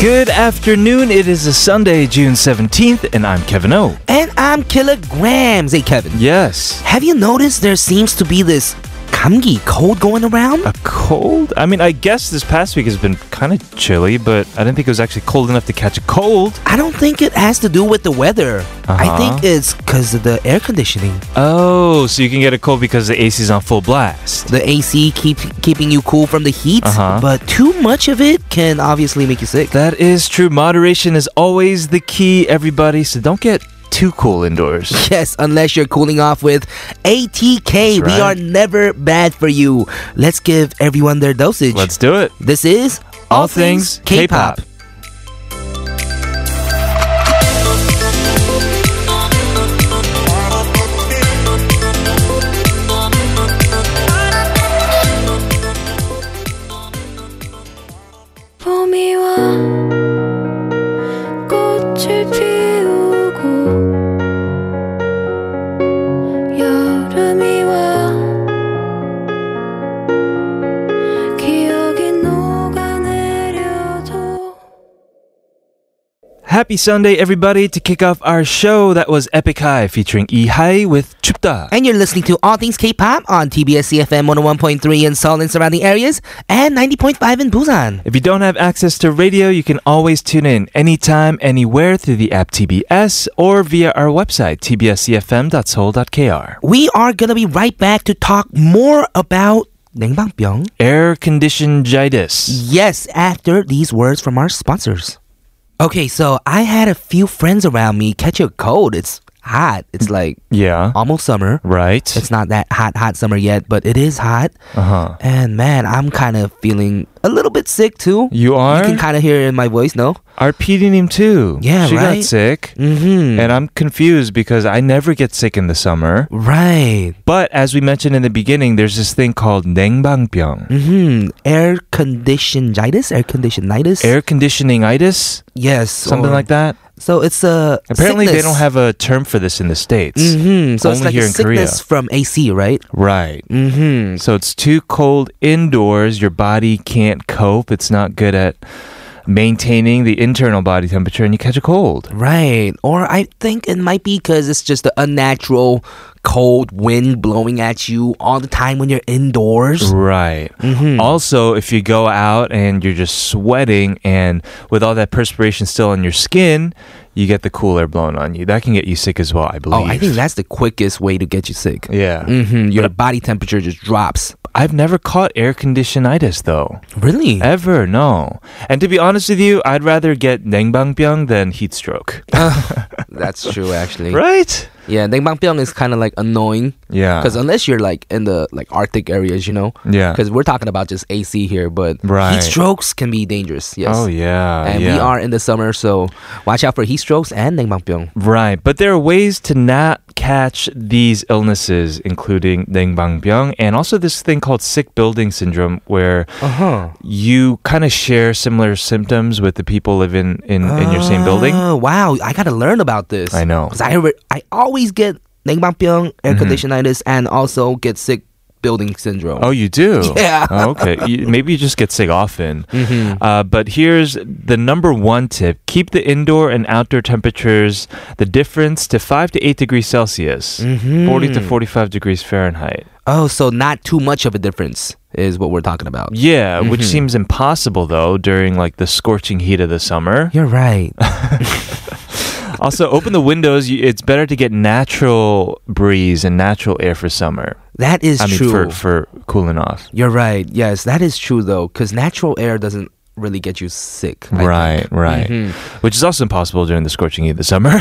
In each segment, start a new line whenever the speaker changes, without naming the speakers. Good afternoon. It is a Sunday, June 17th, and I'm Kevin O.
And I'm kilograms. Hey, Kevin.
Yes.
Have you noticed there seems to be this 감기 cold going around?
A cold? I mean, I guess this past week has been kind of chilly, but I didn't think it was actually cold enough to catch a cold.
I don't think it has to do with the weather. I
Uh-huh.
think it's because of the air conditioning.
Oh, so you can get a cold because the AC's on full blast.
The AC keep keeping you cool from the heat,
Uh-huh.
but too much of it can obviously make you sick.
That is true. Moderation is always the key, everybody, so don't get too cool indoors.
Yes, unless you're cooling off with ATK.
That's
We are
right.
never bad for you. Let's give everyone their dosage.
Let's do it.
this is
All Things K-Pop.
봄이 와 꽃을 피우고 여름이 와 기억이 녹아내려도
Happy Sunday, everybody. To kick off our show, that was Epic High featuring E High with Chupta.
And you're listening to All Things K-Pop on TBS CFM 101.3 in Seoul and surrounding areas and 90.5 in Busan.
If you don't have access to radio, you can always tune in anytime, anywhere through the app TBS or via our website, E tbscfm.soul.kr.
We are going to be right back to talk more about 냉방병.
Air conditioned jitis.
Yes, after these words from our sponsors. Okay, so I had a few friends around me catch a cold. It's hot. It's like
Yeah.
almost summer.
Right.
It's not that hot, hot summer yet, but it is hot.
Uh huh.
And man, I'm kind of feeling a little bit sick too.
You
You
are?
can kind of hear it in my voice, no?
Our pseudonym too.
Yeah,
She
right?
got sick.
Mm-hmm.
And I'm confused because I never get sick in the summer.
Right.
But as we mentioned in the beginning, there's this thing called nengbangbyung.
Mm-hmm. Air conditionitis, air conditionitis.
Air conditioning itis,
yes,
something like that.
So it's a
Apparently, they don't have a term for this in the States.
Mm-hmm. So it's
Only
like
here
a
in Korea.
sickness from AC, right?
Right. Mm,
Mm-hmm.
So it's too cold indoors. Your body can't cope. It's not good at maintaining the internal body temperature, and you catch a cold.
Right. Or I think it might be because it's just the unnatural cold wind blowing at you all the time when you're indoors.
Right.
Mm-hmm.
Also, if you go out and you're just sweating, and with all that perspiration still on your skin, you get the cool air blown on you. That can get you sick as well, I believe.
Oh, I think that's the quickest way to get you sick.
Yeah.
Mm-hmm. Your body temperature just drops.
I've never caught air conditionitis though.
Really?
Ever, no. And to be honest with you, I'd rather get nengbangbyung than heat stroke.
That's true, actually.
right?
Yeah, 냉방병 is kind of like annoying
Yeah.
because unless you're like in the like Arctic areas, you know,
Uh-huh. yeah.
because we're talking about just AC here, but
Right.
heat strokes can be dangerous. Yes.
Oh yeah,
And
yeah.
we are in the summer, so watch out for heat strokes and 냉방병.
right. But there are ways to not catch these illnesses, including nengbangbyung and also this thing called sick building syndrome, where
Uh huh.
Uh-huh. you kind of share similar symptoms with the people living in in your same building.
Oh, Ah, wow, I gotta learn about this.
I know. Mm-hmm.
Because I, re- I always get 냉방병, air conditionitis, and also get sick building syndrome.
Oh, you do?
Yeah. Mm.
Oh, okay. You, maybe you just get sick often.
Mm-hmm.
Uh, but here's the number one tip keep the indoor and outdoor temperatures, the difference to 5 to 8 degrees Celsius,
Mm-hmm.
40 to 45 degrees Fahrenheit.
Oh, so not too much of a difference is what we're talking about.
Yeah,
Mm-hmm.
which seems impossible though during like the scorching heat of the summer.
You're right.
Also, open the windows. You, it's better to get natural breeze and natural air for summer.
That is
I mean,
true.
for for cooling off.
You're right. Yes, that is true though, because natural air doesn't really get you sick. I think.
Right, right.
Mhm.
Which is also impossible during the scorching heat of the summer.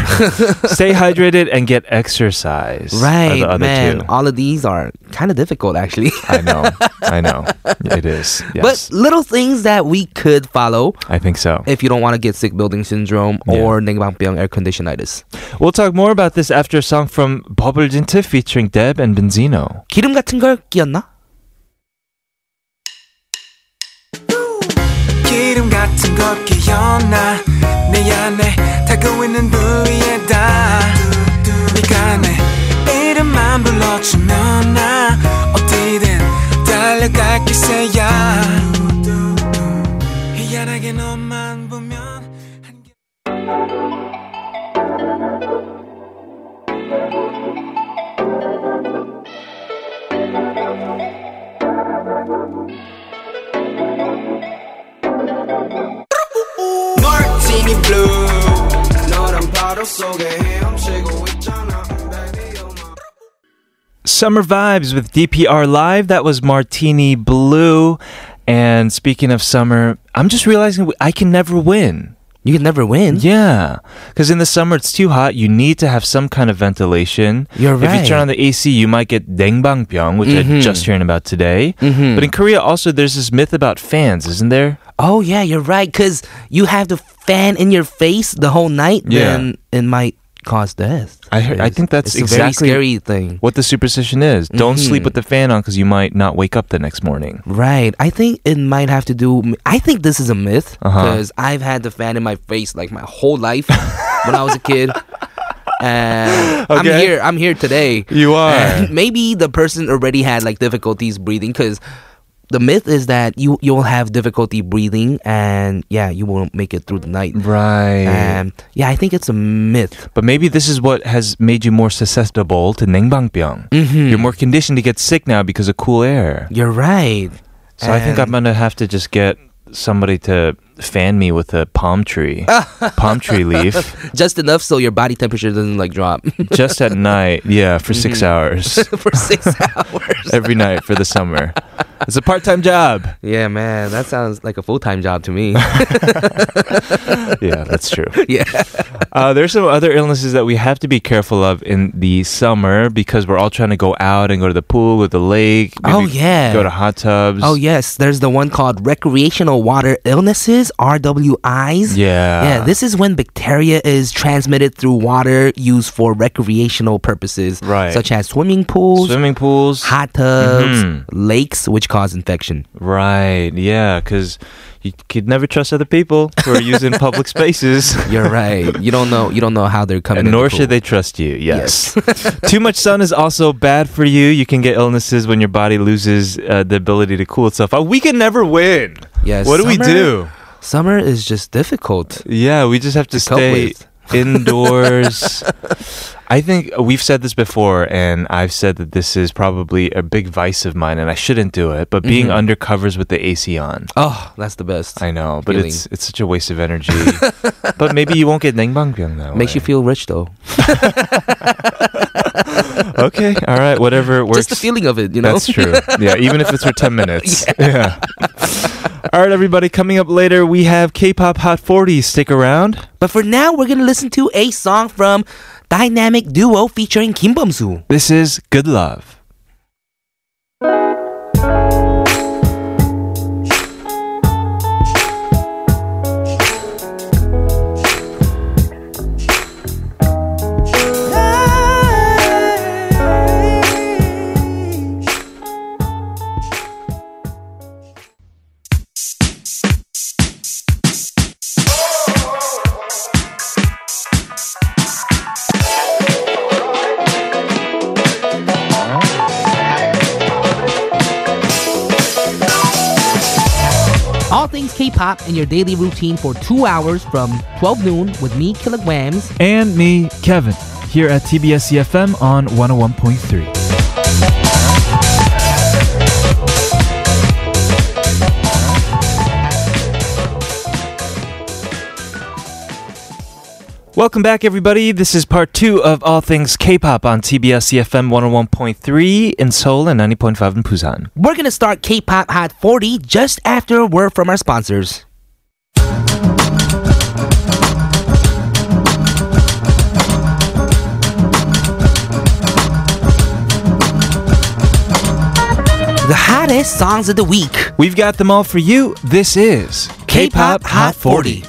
Stay hydrated and get exercise. are
Right,
the other
man.
two.
All of these are kind of difficult, actually.
I know. I know. It is. Yes.
But little things that we could follow
I think so.
if you don't want to get sick building syndrome
Yeah.
or 냉방병 air conditionitis.
We'll talk more about this after a song from Bubble Jinta featuring Deb and Benzino.
기름 같은 걸 끼었나?
기름 같은 거 끼얹나 내 안에 타고 있는 부위에다 네가 내 이름만 불러주면 나 어디든 달려갈 기세야 희한하게 너만 보면
Summer Vibes with DPR Live. That was Martini Blue. And speaking of summer, I'm just realizing I can never win.
You can never win.
Yeah, because in the summer it's too hot. You need to have some kind of ventilation.
You're
If you turn
right.
on the AC, you might get dengbangpyeong, which I
Mhm.
just hearing about today.
Mhm.
But in Korea, also there's this myth about fans, isn't there?
Oh yeah, you're right. Cause you have the fan in your face the whole night.
Yeah.
Then it might cause death.
I heard- I
It's-
think that's
it's
exactly-
a very scary thing.
What the superstition is: don't
Mm-hmm.
sleep with the fan on because you might not wake up the next morning.
Right. I think it might have to do. I think this is a myth
Uh-huh.
because I've had the fan in my face like my whole life when I was a kid. And I'm
Okay.
here. I'm here today.
You
And maybe the person already had like difficulties breathing because the myth is that you you'll have difficulty breathing and yeah you won't make it through the night.
right.
Um, yeah, I think it's a myth.
But maybe this is what has made you more susceptible to nengbangpyeong.
Mm-hmm.
mm You're more conditioned to get sick now because of cool air.
You're right.
So I think I'm
And-
gonna have to just get somebody to fan me with a palm tree, palm tree leaf,
just enough so your body temperature doesn't like drop
just at night. Yeah, for 6
Mm-hmm.
hours
for six hours.
every night for the summer. It's a part-time job.
Yeah, man, that sounds like a full time job to me.
Yeah, that's true.
yeah.
Uh, there's some other illnesses that we have to be careful of in the summer because we're all trying to go out and go to the pool or the lake.
Oh, yeah.
go to hot tubs.
Oh yes, there's the one called recreational water illnesses (RWIs).
yeah,
Yeah, this is when bacteria is transmitted through water used for recreational purposes,
Right.
such as swimming pools,
swimming pools.
hot tubs,
Mhm.
lakes, which cause infection.
Right. Yeah. Because you could never trust other people who are using public spaces.
You're right. you don't know. You don't know how they're coming.
And
in the
nor
pool.
should they trust you. Yes. Too much sun is also bad for you. You can get illnesses when your body loses uh, the ability to cool itself. off. we can never win.
Yes,
what do we
summer-
do?
Summer is just difficult.
Yeah, we just have to,
To cope
stay
with.
indoors. I think we've said this before, and I've said that this is probably a big vice of mine, and I shouldn't do it. But being
Mm-hmm.
under covers with the AC on.
Oh, that's the best.
I know, but
feeling.
it's it's such a waste of energy. but maybe you won't get nengbangpyeong now.
Makes you feel rich though.
okay. All right, whatever works.
Just the feeling of it, you know.
That's true. Yeah, even if it's for ten minutes. Yeah. All right, everybody. Coming up later, we have K-pop Hot 40. Stick around.
But for now, we're gonna listen to a song from Dynamic Duo featuring Kim Bum-soo.
This is Good Love.
All things K-pop in your daily routine for two hours from 12 noon with me, Kilograms.
And me, Kevin, here at TBS EFM on 101.3. Welcome back, everybody. This is part two of All Things K-Pop on TBS EFM 101.3 in Seoul and 90.5 in Busan.
We're gonna start K-pop Hot 40 just after a word from our sponsors. The hottest songs of the week.
We've got them all for you. This is
K-pop Hot 40.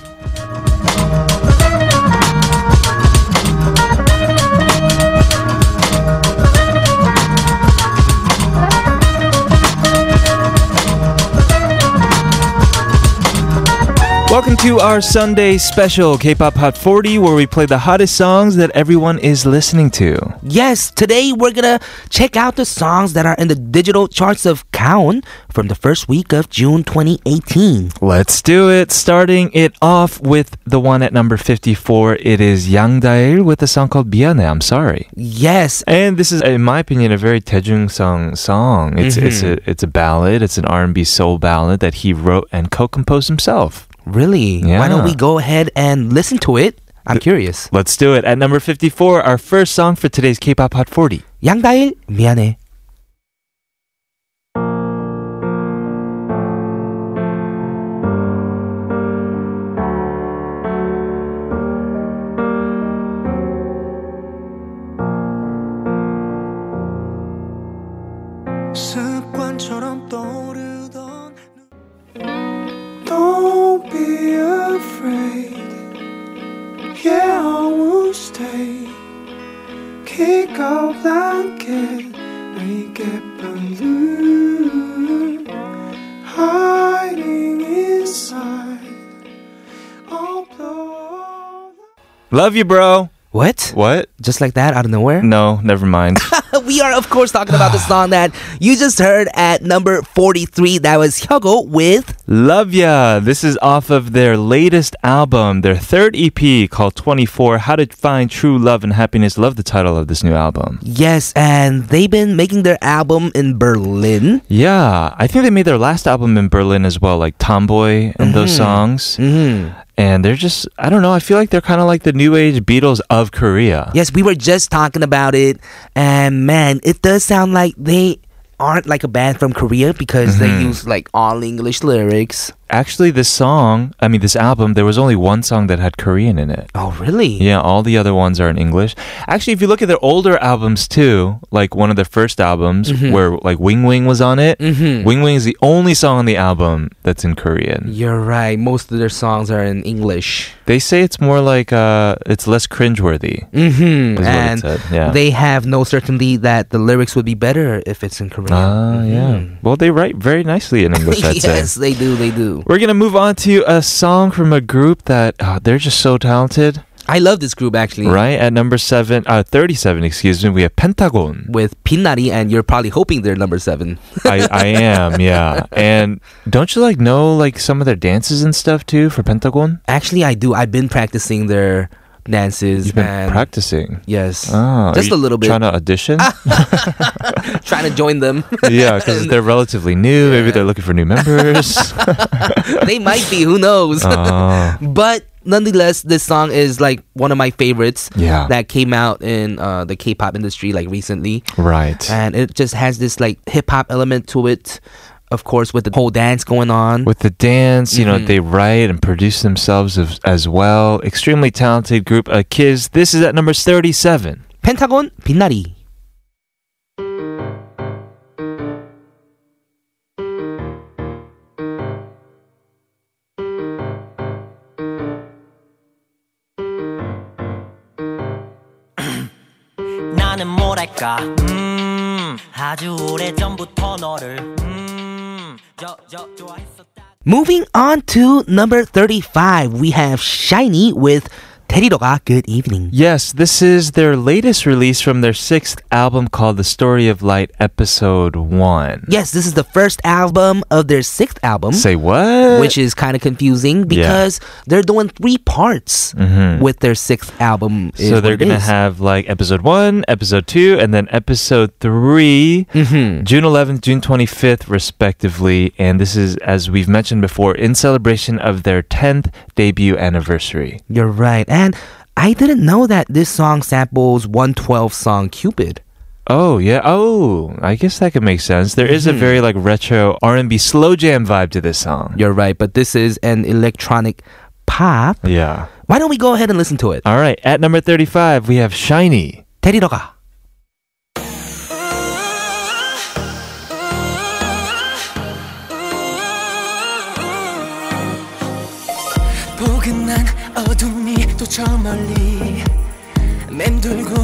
Welcome to our Sunday special, K-pop Hot 40, where we play the hottest songs that everyone is listening to.
Yes, today we're gonna check out the songs that are in the digital charts of Kaon from the first week of June 2018.
Let's do it. Starting it off with the one at number 54. It is Yang Dae-il with a song called Biane, I'm sorry.
Yes,
And this is, in my opinion, a very Taejungsung song. It's it's a it's a ballad. It's an R&B soul ballad that he wrote and co-composed himself.
really. Why don't
Yeah.
we go ahead and listen to it? I'm curious.
Let's do it. At number 54, our first song for today's K-pop Hot 40.
양다일 미안해.
습관처럼 떠오르던 Don't be afraid Yeah, I will stay Kick off blanket Make it blue 아. Hiding inside All blow
Love you, bro.
What?
What?
Just like that out of nowhere?
No, never mind.
we are of course talking about the song that you just heard at number 43. That was Hyogo with
Love Ya. This is off of their latest album, their third EP called 24 How to Find True Love and Happiness. Love the title of this new album.
Yes, and they've been making their album in Berlin.
Yeah, I think they made their last album in Berlin as well, like Tomboy and those songs.
Mm-hmm.
And they're just, I don't know, I feel like they're kind of like the new age Beatles of Korea.
Yes, we were just talking about it, and man, it does sound like they aren't like a band from Korea because they use like all English lyrics.
Actually, this song, I mean, this album, there was only one song that had Korean in it.
Oh, really?
Yeah, all the other ones are in English. Actually, if you look at their older albums too, like one of their first albums where like Wing Wing was on it,
Hmm. Mm-hmm.
Wing Wing is the only song on the album that's in Korean.
You're right. Most of their songs are in English.
They say it's more like uh it's less cringeworthy.
Mm-hmm.
Is what it
And
said, yeah.
they have no certainty that the lyrics would be better if it's in Korean. Mm-hmm.
Ah, yeah. Well, they write very nicely in English, I'd say.
Hmm. yes, they do. They do.
We're gonna move on to a song from a group that uh, they're just so talented,
I love this group actually.
right? At number seven, uh, thirty-seven, excuse me, we have Pentagon.
With Pinnari, and you're probably hoping they're number seven.
I, I am, yeah. And don't you like know like some of their dances and stuff too for Pentagon?
Actually, I do. I've been practicing their dances.
You've been
and
practicing.
Yes.
Oh, are
Just
you
a little bit.
Trying to audition?
trying to join them.
yeah, because they're relatively new. Maybe they're looking for new members.
they might be. Who knows?
oh,
but nonetheless, this song is like one of my favorites
yeah.
that came out in uh, the K-pop industry like recently,
right.
and it just has this like hip hop element to it. Of course, with the whole dance going on.
With the dance, you know,
Mm-hmm.
they write and produce themselves as, as well. Extremely talented group, uh, Kids. This is at number 37.
Pentagon, 빛나리.
나는 뭐랄까 음 아주 오래전부터 너를 음, 음저 저 좋아했었다
Moving on to number 35, we have Shiny with 테리로가 Good Evening.
Yes, this is their latest release from their sixth album called The Story of Light, Episode 1.
Yes, this is the first album of their sixth album.
Say what?
which is kind of confusing because they're doing three parts with their sixth album.
Mm-hmm.
is
so they're
what it
gonna
is.
have like episode one, episode two, and then episode 3
Mm-hmm.
June 11th, June 25th, respectively. And this is, as we've mentioned before, in celebration of their 10th debut anniversary.
You're right, and I didn't know that this song samples 112 song Cupid.
Oh yeah. Oh, I guess that could make sense. There
Mm-hmm.
is a very like retro R&B slow jam vibe to this song.
You're right, but this is an electronic pop.
Yeah.
Why don't we go ahead and listen to it?
All right. At number 35, we have Shiny.
테리러가.
포근한 어둠이 또 저 멀리 맴돌고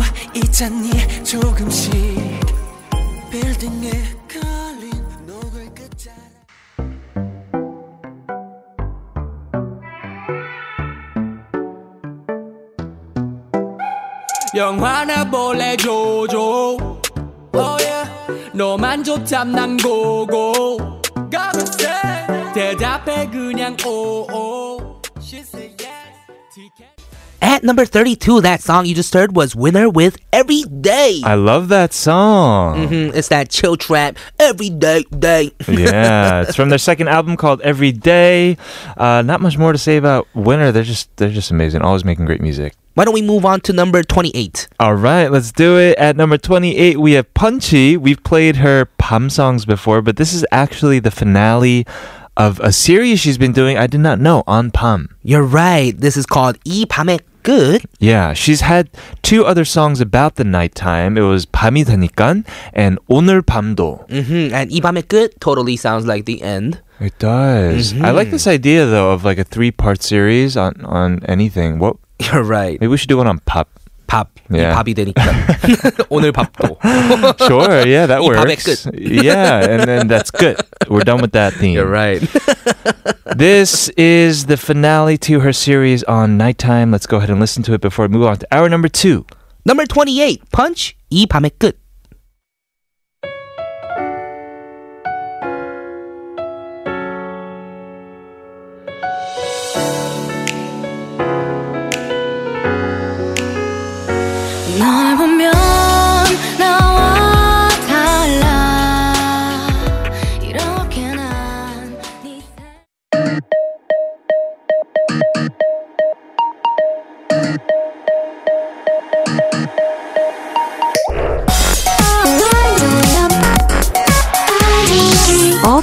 있잖니 조금씩 빌딩에 걸린 노을 끝자
영화나 볼래 조조 oh yeah. 너만 좋담 난 고고 대답해 그냥 오오 She said yes. 티켓.
At number 32, that song you just heard was Winner with Every Day.
I love that song.
Mhm, it's that chill trap, every day, day.
yeah, it's from their second album called Every Day. Uh, not much more to say about Winter. They're just they're just amazing. Always making great music.
Why don't we move on to number 28?
All right, let's do it. At number 28, we have Punchy. We've played her Pam songs before, but this is actually the finale of a series she's been doing. I did not know on Pam.
You're right. This is called 이 밤의 끝.
Yeah, she's had two other songs about the nighttime. It was 밤이 되니깐 and 오늘 밤도.
hmm And 이 밤의 끝 totally sounds like the end.
It does. Mm-hmm. I like this idea though of like a three-part series on on anything. What
You're right.
maybe we should do one on pop.
밥.
Yeah.
이 밥이 되니까. 오늘 밥도.
Sure, yeah, that
이 밤의
works. yeah, and then that's good. We're done with that theme.
You're right.
This is the finale to her series on nighttime. Let's go ahead and listen to it before we move on to hour number two.
Number 28, Punch, 이 밤의 끝.
널 보면 나와 달라 이렇게 난네
All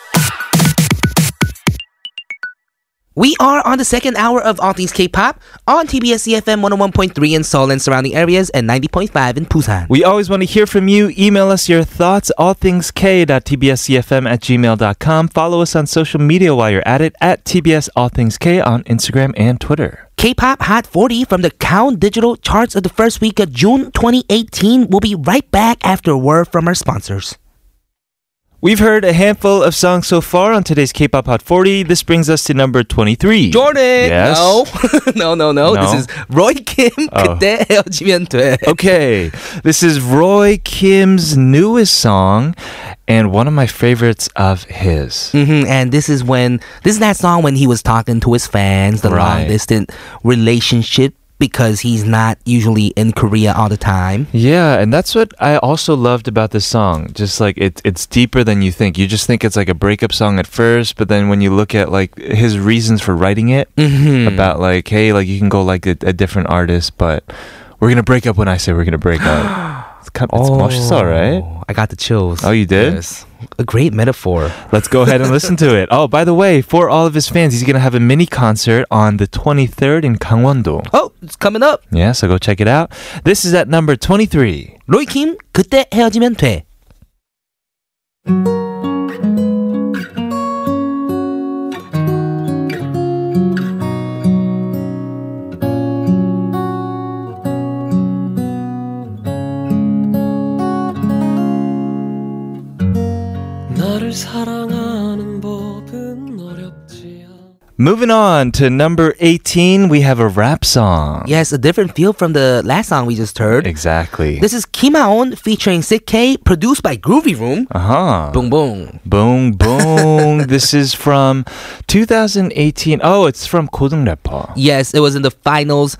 We are on the second hour of All Things K-Pop on TBS EFM 101.3 in Seoul and surrounding areas and 90.5 in Busan.
We always want to hear from you. Email us your thoughts, allthingsk.tbscfm E at gmail.com. Follow us on social media while you're at it, at TBS All Things K on Instagram and Twitter.
K-Pop Hot 40 from the Count Digital charts of the first week of June 2018. We'll be right back after a word from our sponsors.
We've heard a handful of songs so far on today's K-Pop Hot 40. This brings us to number 23.
Jordan!
Yes.
No. no, no, no,
No.
This is Roy Kim.
Oh.
그때 헤어지면 돼.
Okay, this is Roy Kim's newest song and one of my favorites of his.
hmm And this is when this is that song when he was talking to his fans, the
Right.
long distant relationship, because he's not usually in Korea all the time.
Yeah, and that's what I also loved about this song. Just like it, it's deeper than you think. You just think it's like a breakup song at first, but then when you look at like his reasons for writing it, about like, hey, like you can go like a, a different artist, but we're gonna break up when I say we're gonna break up. It's kind it's it's all Oh, right.
I got the chills.
Oh, you did?
Yes. A great metaphor.
Let's go ahead and listen to it. Oh, by the way, for all of his fans, he's going to have a mini concert on the 23rd in Gangwon-do.
Oh, it's coming up.
Yeah, so go check it out. This is at number 23.
Roy Kim, 그때 헤어지면 돼.
나를 사랑하는 법은 어렵지 않아
Moving on to number 18, we have a rap song.
Yes, a different feel from the last song we just heard.
Exactly.
This is Kim Aon featuring Sick K, produced by Groovy Room.
uh-huh.
Boom boom.
Boom, boom. this is from 2018. Oh, it's from Kodung Rapper.
Yes, it was in the finals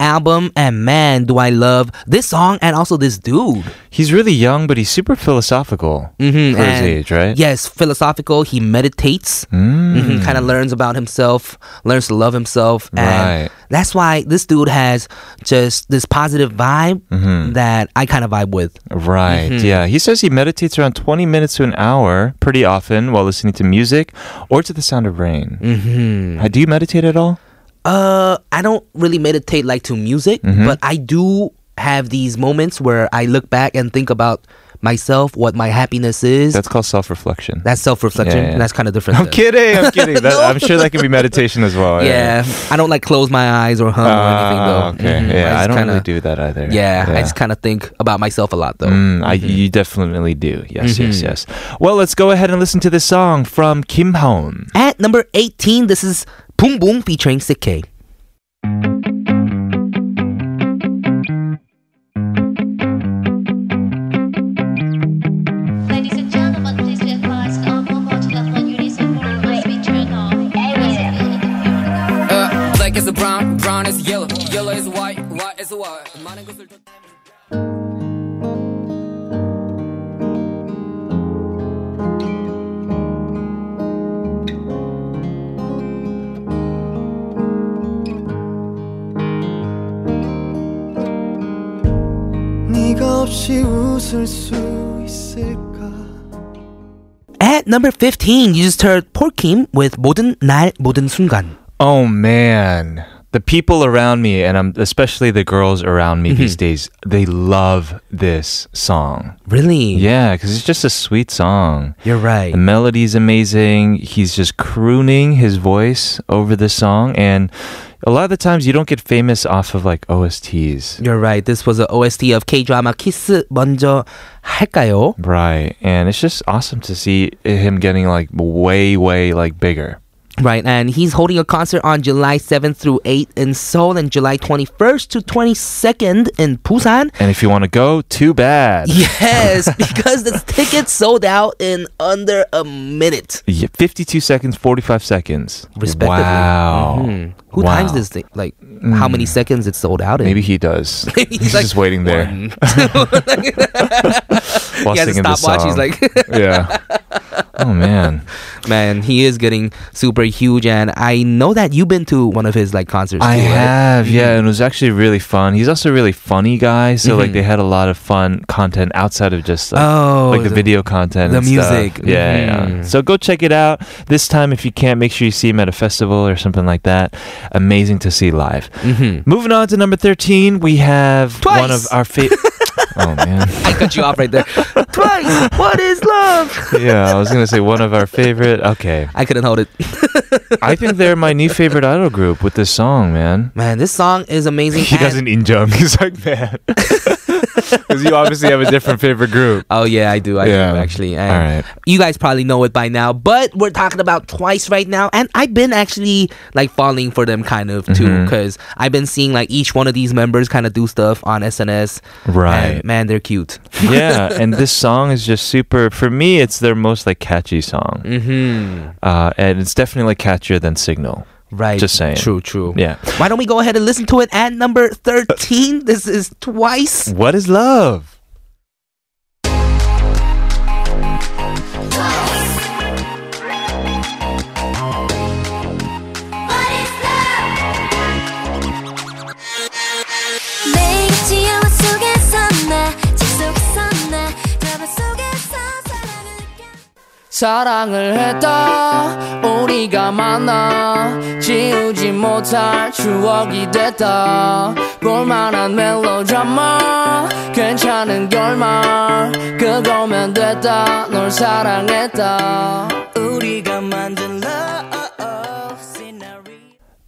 album, and man, do I love this song and also this dude.
He's really young, but he's super philosophical
Mhm,
for his
and
age, right? Mm.
Yes, philosophical. He meditates, hmm kind of learns about himself, learns to love himself, and
Right.
that's why this dude has just this positive vibe
Mm-hmm.
that I kind of vibe with.
Right.
Mm-hmm.
Yeah. He says he meditates around 20 minutes to an hour pretty often while listening to music or to the sound of rain. Mm-hmm. Do you meditate at all?
Uh, I don't really meditate like to music,
Mm-hmm.
but I do have these moments where I look back and think about myself, what my happiness is.
That's called self reflection.
that's self reflection.
Yeah, yeah.
That's kind of different.
I'm
though.
kidding. I'm kidding. That, I'm sure that can be meditation as well.
Yeah, I don't like close my eyes or hum
Oh, Ah,
or anything though.
okay.
Mhm.
Yeah. I,
just
don't
kinda-
really do that either.
Yeah, I just Mm-hmm. kind of think about myself a lot though.
Mm, I, you definitely do. Yes,
Mm-hmm.
yes, yes. Well, let's go ahead and listen to this song from Kim Haun.
At number 18, this is Boom Boom featuring Sick K.
Ladies and gentlemen, please be advised all mobile telephone units and phone must be turned off.
Uh, black is brown, brown is yellow, yellow is white, white is white. 많은 것을 더-
네가 없이 웃을 수 있을까
At number 15, you just heard Porkim with 모든 날 모든 순간.
Oh man. The people around me, and um, especially the girls around me these days, they love this song.
Really?
Yeah, because it's just a sweet song.
You're right.
The melody's amazing. He's just crooning his voice over the song. And a lot of the times you don't get famous off of like OSTs.
You're right. This was an OST of K drama 키스 먼저 할까요?
Right. And it's just awesome to see him getting like way, way like bigger.
Right, and he's holding a concert on July 7th through 8th in Seoul and July 21st to 22nd in Busan.
And if you want to go, too bad.
Yes, because the tickets sold out in under a minute.
Yeah, 52 seconds, 45 seconds.
Respectively.
Wow.
Mhm. Who
Wow. Mm.
times this thing? Like, how many seconds it sold out in?
Maybe he does. he's
He's like,
just waiting there. While
He has a
singing the
stopwatch, he's
song.
like-
yeah. Oh, man.
Man, he is getting super huge, and I know that you've been to one of his like mm-hmm. concerts.
I
too, right?
have, yeah, and it was actually really fun. He's also a really funny guy, so like they had a lot of fun content outside of just like,
Mm-hmm. Oh,
like the,
the-
video content,
the
and stuff.
music.
Yeah, yeah.
Mhm.
So go check it out this time if you can't. Make sure you see him at a festival or something like that. Amazing to see live.
Mhm.
Moving on to number thirteen, we have one of
Twice.
our favorite. oh man.
I cut you off right there. Twice. What is love?
Yeah, I was gonna say one of our favorite. Okay,
I couldn't hold it.
I think they're my new favorite idol group with this song, man.
Man, this song is amazing.
He
and-
doesn't injure him. He's like, man. Because you obviously have a different favorite group.
Oh yeah, I do. I
Yeah.
do actually.
All
And
right.
You guys probably know it by now, but we're talking about twice right now, and I've been actually like falling for them kind of
Mm-hmm.
too, because I've been seeing like each one of these members kind of do stuff on SNS.
Right.
And, man, they're cute.
yeah, and this song is just super. For me, it's their most like catchy song,
Mm-hmm.
uh, and it's definitely like catchier than Signal.
Right.
Just saying.
True. True.
Yeah.
Why don't we go ahead and listen to it at number thirteen? this is twice.
What is love?
매일 지하와 속에서 나, 집 속에서 나, 드라마 속에서 사랑을 느껴.
사랑을 했다 우리가 만나 지우지 못할 추억이 됐다 볼만한 멜로드라마 괜찮은 결말 그거면 됐다 널 사랑했다
우리가 만든 love scenario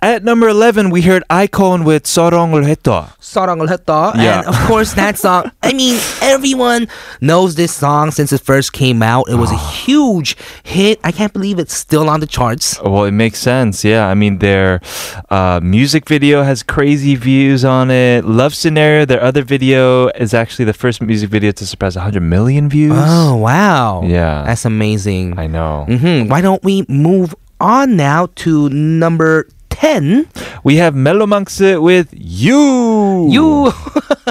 At number eleven, we heard Icon with "사랑을 했다."
사랑을 했다.
Yeah.
And of course, that song. I mean, everyone knows this song since it first came out. It was
Ah.
a huge hit. I can't believe it's still on the charts.
Well, it makes sense. Yeah, I mean their uh, music video has crazy views on it. Love Scenario, their other video, is actually the first music video to surpass 100 million views.
Oh wow!
Yeah.
that's amazing.
I know.
hmm Why don't we move on now to number ten?
We have Melomonks with you.
You.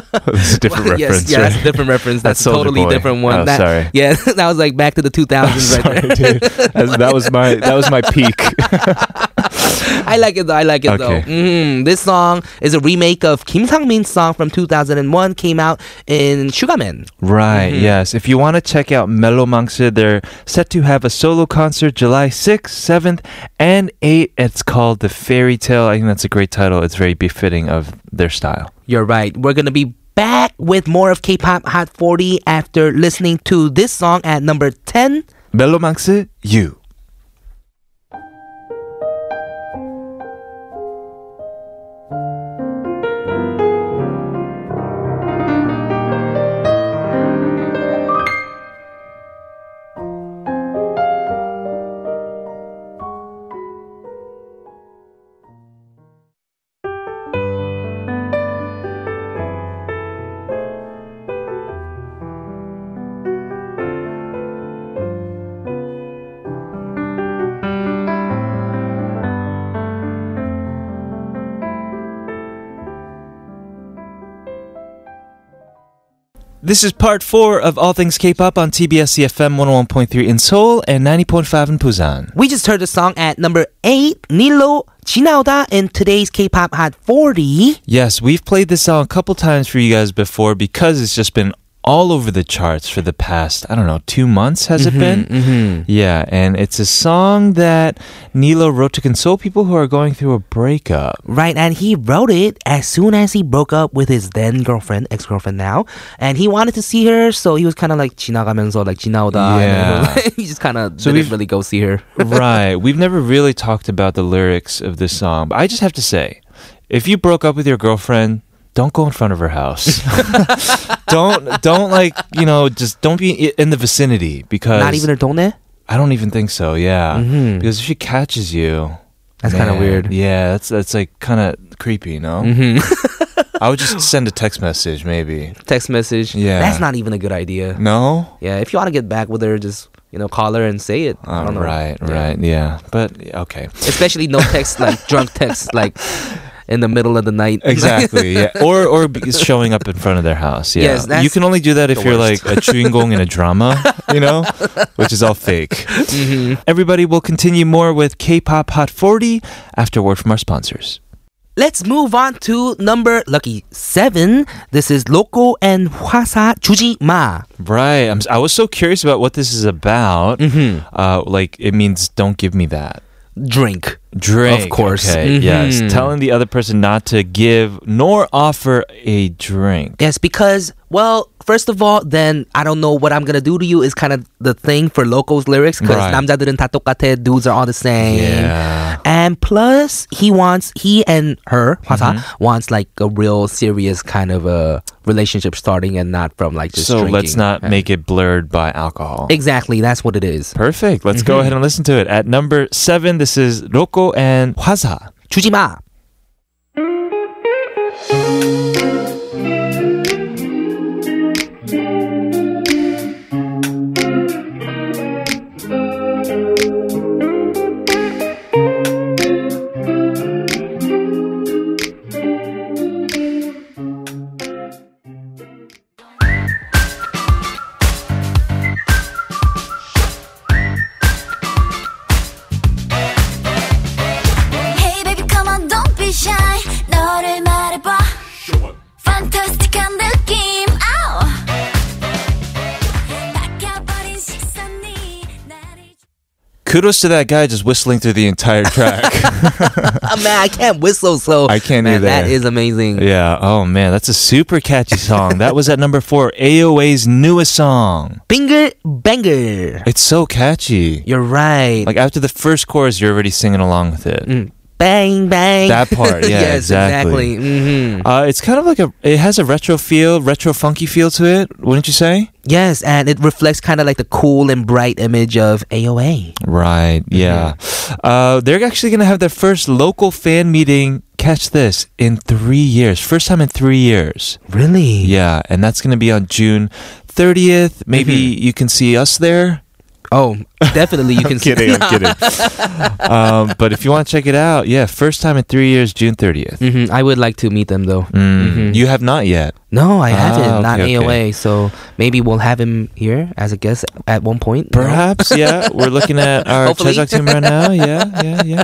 That's a different reference.
yes, yeah, that's a
right?
different reference. That's,
That's
a
Soulja
totally
Boy.
different one.
Oh,
that,
sorry.
Yeah, that was like back to the 2000s right
Sorry,
there.
dude. That's- that was my that was my peak.
I like it though. I like it
Okay.
though. Mhm. This song is a remake of Kim Sang Min's song from 2001. Came out in Sugarman.
right. Yes. If you want to check out Melomonks, they're set to have a solo concert July 6th, 7th, and 8th. It's called The Fairy Tale. I think that's a great title. It's very befitting of their style.
You're right. We're gonna be back with more of K-pop Hot 40 after listening to this song at number 10.
Melomanx uh, you. This is part four of All Things K-pop on TBS CFM 101.3 in Seoul and 90.5 in Busan.
We just heard the song at number 8, Nilo Jinaoda in today's K-pop Hot 40.
Yes, we've played this song a couple times for you guys before because it's just been all over the charts for the past, I don't know, two months, has it been? Mm-hmm. Yeah, and it's a song that Nilo wrote to console people who are going through a breakup.
Right, and he wrote it as soon as he broke up with his then girlfriend, ex girlfriend now, and he wanted to see her, so he was kind of like 지나가면서 like 지나오다. and,
Yeah.
you know, he just kind of
So
didn't
we've-
really go see her.
right. We've never really talked about the lyrics of this song, but I just have to say, if you broke up with your girlfriend, don't go in front of her house. don't don't like you know just don't be i- in the vicinity because
Not even her 동네.
I don't even think so. Yeah,
Mhm.
because if she catches you,
That's kinda
man,
weird.
Yeah, that's that's like kind of creepy. You know, I would just send a text message maybe.
Text message.
Yeah.
that's not even a good idea.
No,
Yeah, if you want to get back with her, just you know call her and say it.
Uh,
I don't know.
right,
Yeah.
right, yeah. But okay,
Especially no text like drunk text like in the middle of the night.
Exactly. Yeah. Or or be- showing up in front of their house. Yeah.
Yes, that's
you can only do that if
the
you're
worst.
like a chewing in a drama, you know, which is all fake.
Mm-hmm.
Everybody will continue more with K-pop Hot 40 after a word from our sponsors.
Let's move on to number lucky seven. This is Loco and Hwasa Juji Ma.
Right. I'm, s- I was so curious about what this is about. Mm-hmm. Uh, like it means don't give me that.
Drink.
Drink.
Of course.
Okay. Yes.
Mhm.
Telling the other person not to give nor offer a drink.
Yes, because well, first of all, then I don't know what I'm gonna do to you is kind of the thing for locals lyrics because
Right.
남자들은 다 똑같아, dudes are all the same.
Yeah.
And plus, he wants he and her Hwasa
Mm-hmm.
wants like a real serious kind of a relationship starting and not from like just
so let's
drinking. Eh.
not make it blurred by alcohol.
exactly that's what it is.
Perfect. Let's
Mm-hmm.
go ahead and listen to it. At number seven, this is Roko and Hwaza.
주지 마.
Hey baby come on don't be shy 너를 말해봐 판타스틱한 느낌 Oh. 아우 바뀌어버린 식선이 나를
Kudos to that guy just whistling through the entire track.
Ah, man, I can't whistle, so
I can't
man,
either.
That is amazing.
yeah. Oh man, that's a super catchy song. that was at number four, AOA's newest song.
Finger banger.
It's so catchy.
You're right.
Like after the first chorus, you're already singing along with it.
bang bang.
That part, yeah,
yes,
exactly.
hmm
Uh, it's kind of like a. It has a retro feel, retro funky feel to it. Wouldn't you say?
Yes, and it reflects kind of like the cool and bright image of AOA.
Right. Yeah. Mm-hmm. Uh, they're actually going to have their first local fan meeting. Catch this in three years. First time in three years.
Really?
Yeah, and that's going to be on June 30th. Maybe you can see us there.
Oh, definitely. You can see.
I'm kidding. um, but if you want to check it out, yeah, first time in three years, June 30th.
Mhm, I would like to meet them though.
Mm, You have not yet.
No,
Ah,
I haven't. Not
okay, okay.
AOA. So maybe we'll have him here as a guest at one point. you know?
Perhaps, yeah. We're looking at our
Hopefully.
Chazak team right now. Yeah, yeah, yeah.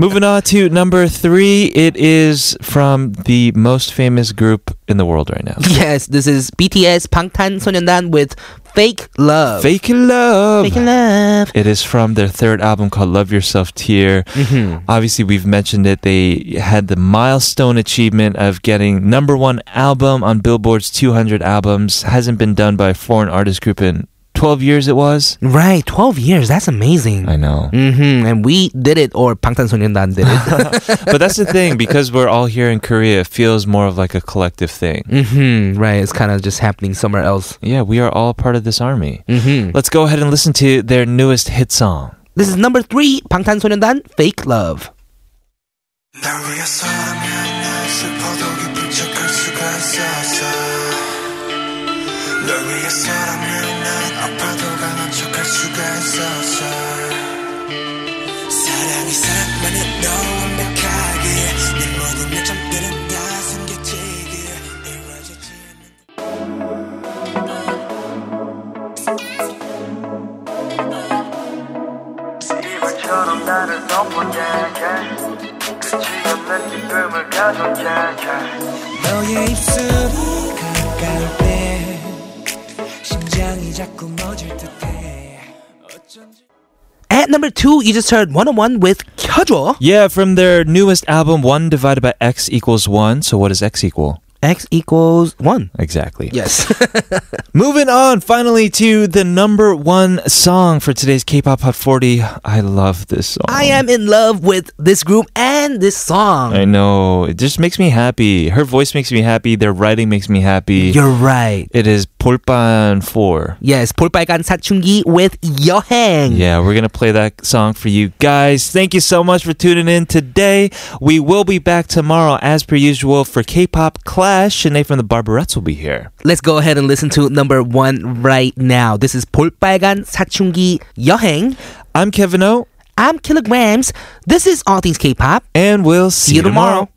Moving on to number three. It is from the most famous group in the world right now.
Yes, this is BTS 방탄소년단 with Fake Love.
Fake love.
Fake Love.
It is from their third album called Love Yourself Tear.
Mm-hmm.
Obviously, we've mentioned it. They had the milestone achievement of getting number one album on Billboard's 200 albums. Hasn't been done by a foreign artist group in 12 years, it was.
Right, 12 years. That's amazing.
I know.
Mm-hmm. And we did it, or 방탄소년단 did it.
but that's the thing, because we're all here in Korea, it feels more of like a collective thing.
mm-hmm. Right, it's kind of just happening somewhere else.
Yeah, we are all part of this army.
Mm-hmm.
Let's go ahead and listen to their newest hit song.
This is number three, 방탄소년단 Fake Love.
날 위해서라면 난 슬퍼도 기쁜 척할 수가 있었어 널 위해서라면 난 아파도 강한 척할 수가 있었어 사랑이 사랑만은 너 완벽하게 내 모든 내 점들은 다 숨겨지게 이루어지지 않는 나를 덮어줘 yeah. 그 지겹는 기쁨을 가져줘 yeah.
너의 입술이 가까울 때 심장이 자꾸 멎을 듯해
At number two, you just heard 101 with 켜줘.
Yeah, from their newest album, 1 divided by x equals 1. So what does x equal?
X equals one.
Exactly.
Yes.
Moving on, finally, to the number one song for today's K-Pop Hot 40. I love this song.
I am in love with this group and this song.
I know. It just makes me happy. Her voice makes me happy. Their writing makes me happy.
You're right.
It is Polpan 4.
Yes, 볼빨간 사춘기 with 여행.
Yeah, we're going to play that song for you guys. Thank you so much for tuning in today. We will be back tomorrow, as per usual, for K pop Clash. Shanae from the Barbarettes will be here.
Let's go ahead and listen to number one right now. This is 볼빨간 사춘기 여행.
I'm Kevin O,
I'm Kilograms. This is All Things K-pop.
and we'll see,
See you tomorrow.